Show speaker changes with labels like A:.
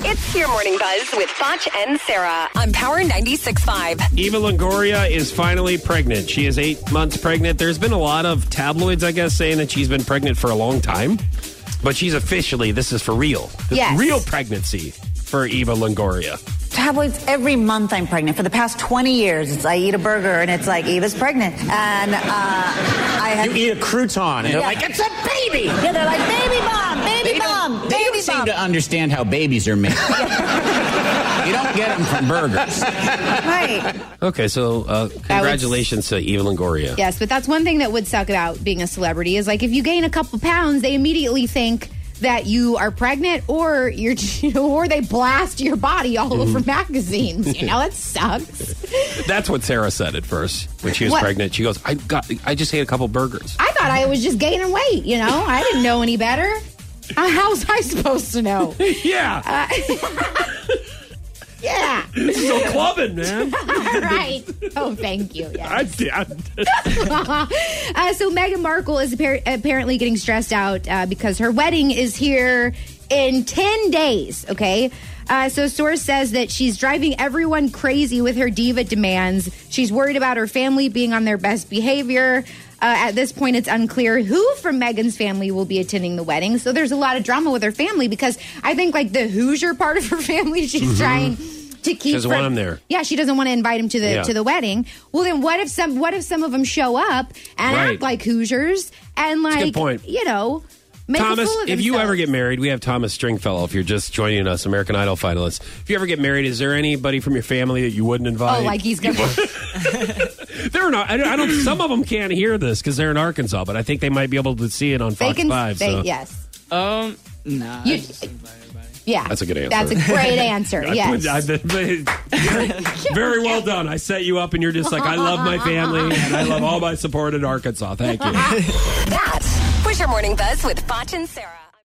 A: It's your morning buzz with Foch and Sarah on Power 96.5.
B: Eva Longoria is finally pregnant. She is eight months pregnant. There's been a lot of tabloids, I guess, saying that she's been pregnant for a long time, but she's officially, this is for real. This
C: Yes.
B: Real pregnancy for Eva Longoria.
C: tabloids every month I'm pregnant. For the past 20 years, it's I eat a burger and it's like Eva's pregnant. And uh, I have.
D: You eat a crouton, and they're like, it's a baby.
C: Yeah, they're like, baby bomb, baby
D: They
C: bomb,
D: don't, they
C: baby
D: don't seem
C: bomb.
D: to understand how babies are made. you don't get them from burgers.
C: right.
B: Okay, so uh, congratulations to Eva Longoria.
E: Yes, but that's one thing that would suck about being a celebrity is like if you gain a couple pounds, they immediately think that you are pregnant or you're you know, or they blast your body all over magazines. You know, it sucks.
B: That's what Sarah said at first when she was
E: What?
B: pregnant. She goes, I got, I just ate a couple burgers.
E: I thought I was just gaining weight, you know? I didn't know any better. Uh, How was I supposed to know?
B: yeah,
E: Yeah.
B: this is so clubbing, man.
E: All right. Oh, thank you. Yeah.
B: I, I,
E: Uh, so Meghan Markle is appar- apparently getting stressed out uh, because her wedding is here in 10 days, okay? Uh, so source says that she's driving everyone crazy with her diva demands. She's worried about her family being on their best behavior. Uh, at this point, it's unclear who from Meghan's family will be attending the wedding. So there's a lot of drama with her family because I think like the Hoosier part of her family, she's trying to keep.
B: Mm-hmm. doesn't
E: from-
B: want him there.
E: Yeah, she doesn't want to invite him to the
B: Yeah.
E: to the wedding. Well, then what if some what if some of them show up and
B: Right.
E: act like Hoosiers and like
B: good point.
E: you know make a
B: Thomas,
E: fool of
B: if you
E: themselves?
B: ever get married, we have Thomas Stringfellow. If you're just joining us, American Idol finalist. If you ever get married, is there anybody from your family that you wouldn't invite?
E: oh like he's gonna
B: they're not. I don't. I don't some of them can't hear this because they're in Arkansas, but I think they might be able to see it on
E: they
B: Fox
E: can
B: Five.
E: they,
B: so.
E: yes
F: Um, nah.
E: You-
F: I just invite everybody.
E: yeah
B: That's a good answer.
E: that's a great answer
B: I
E: yes
B: put- I- very well done. I set you up, and you're just like, I love my family, and I love all my support in Arkansas. Thank you.
A: That was your morning buzz with Foch and Sarah.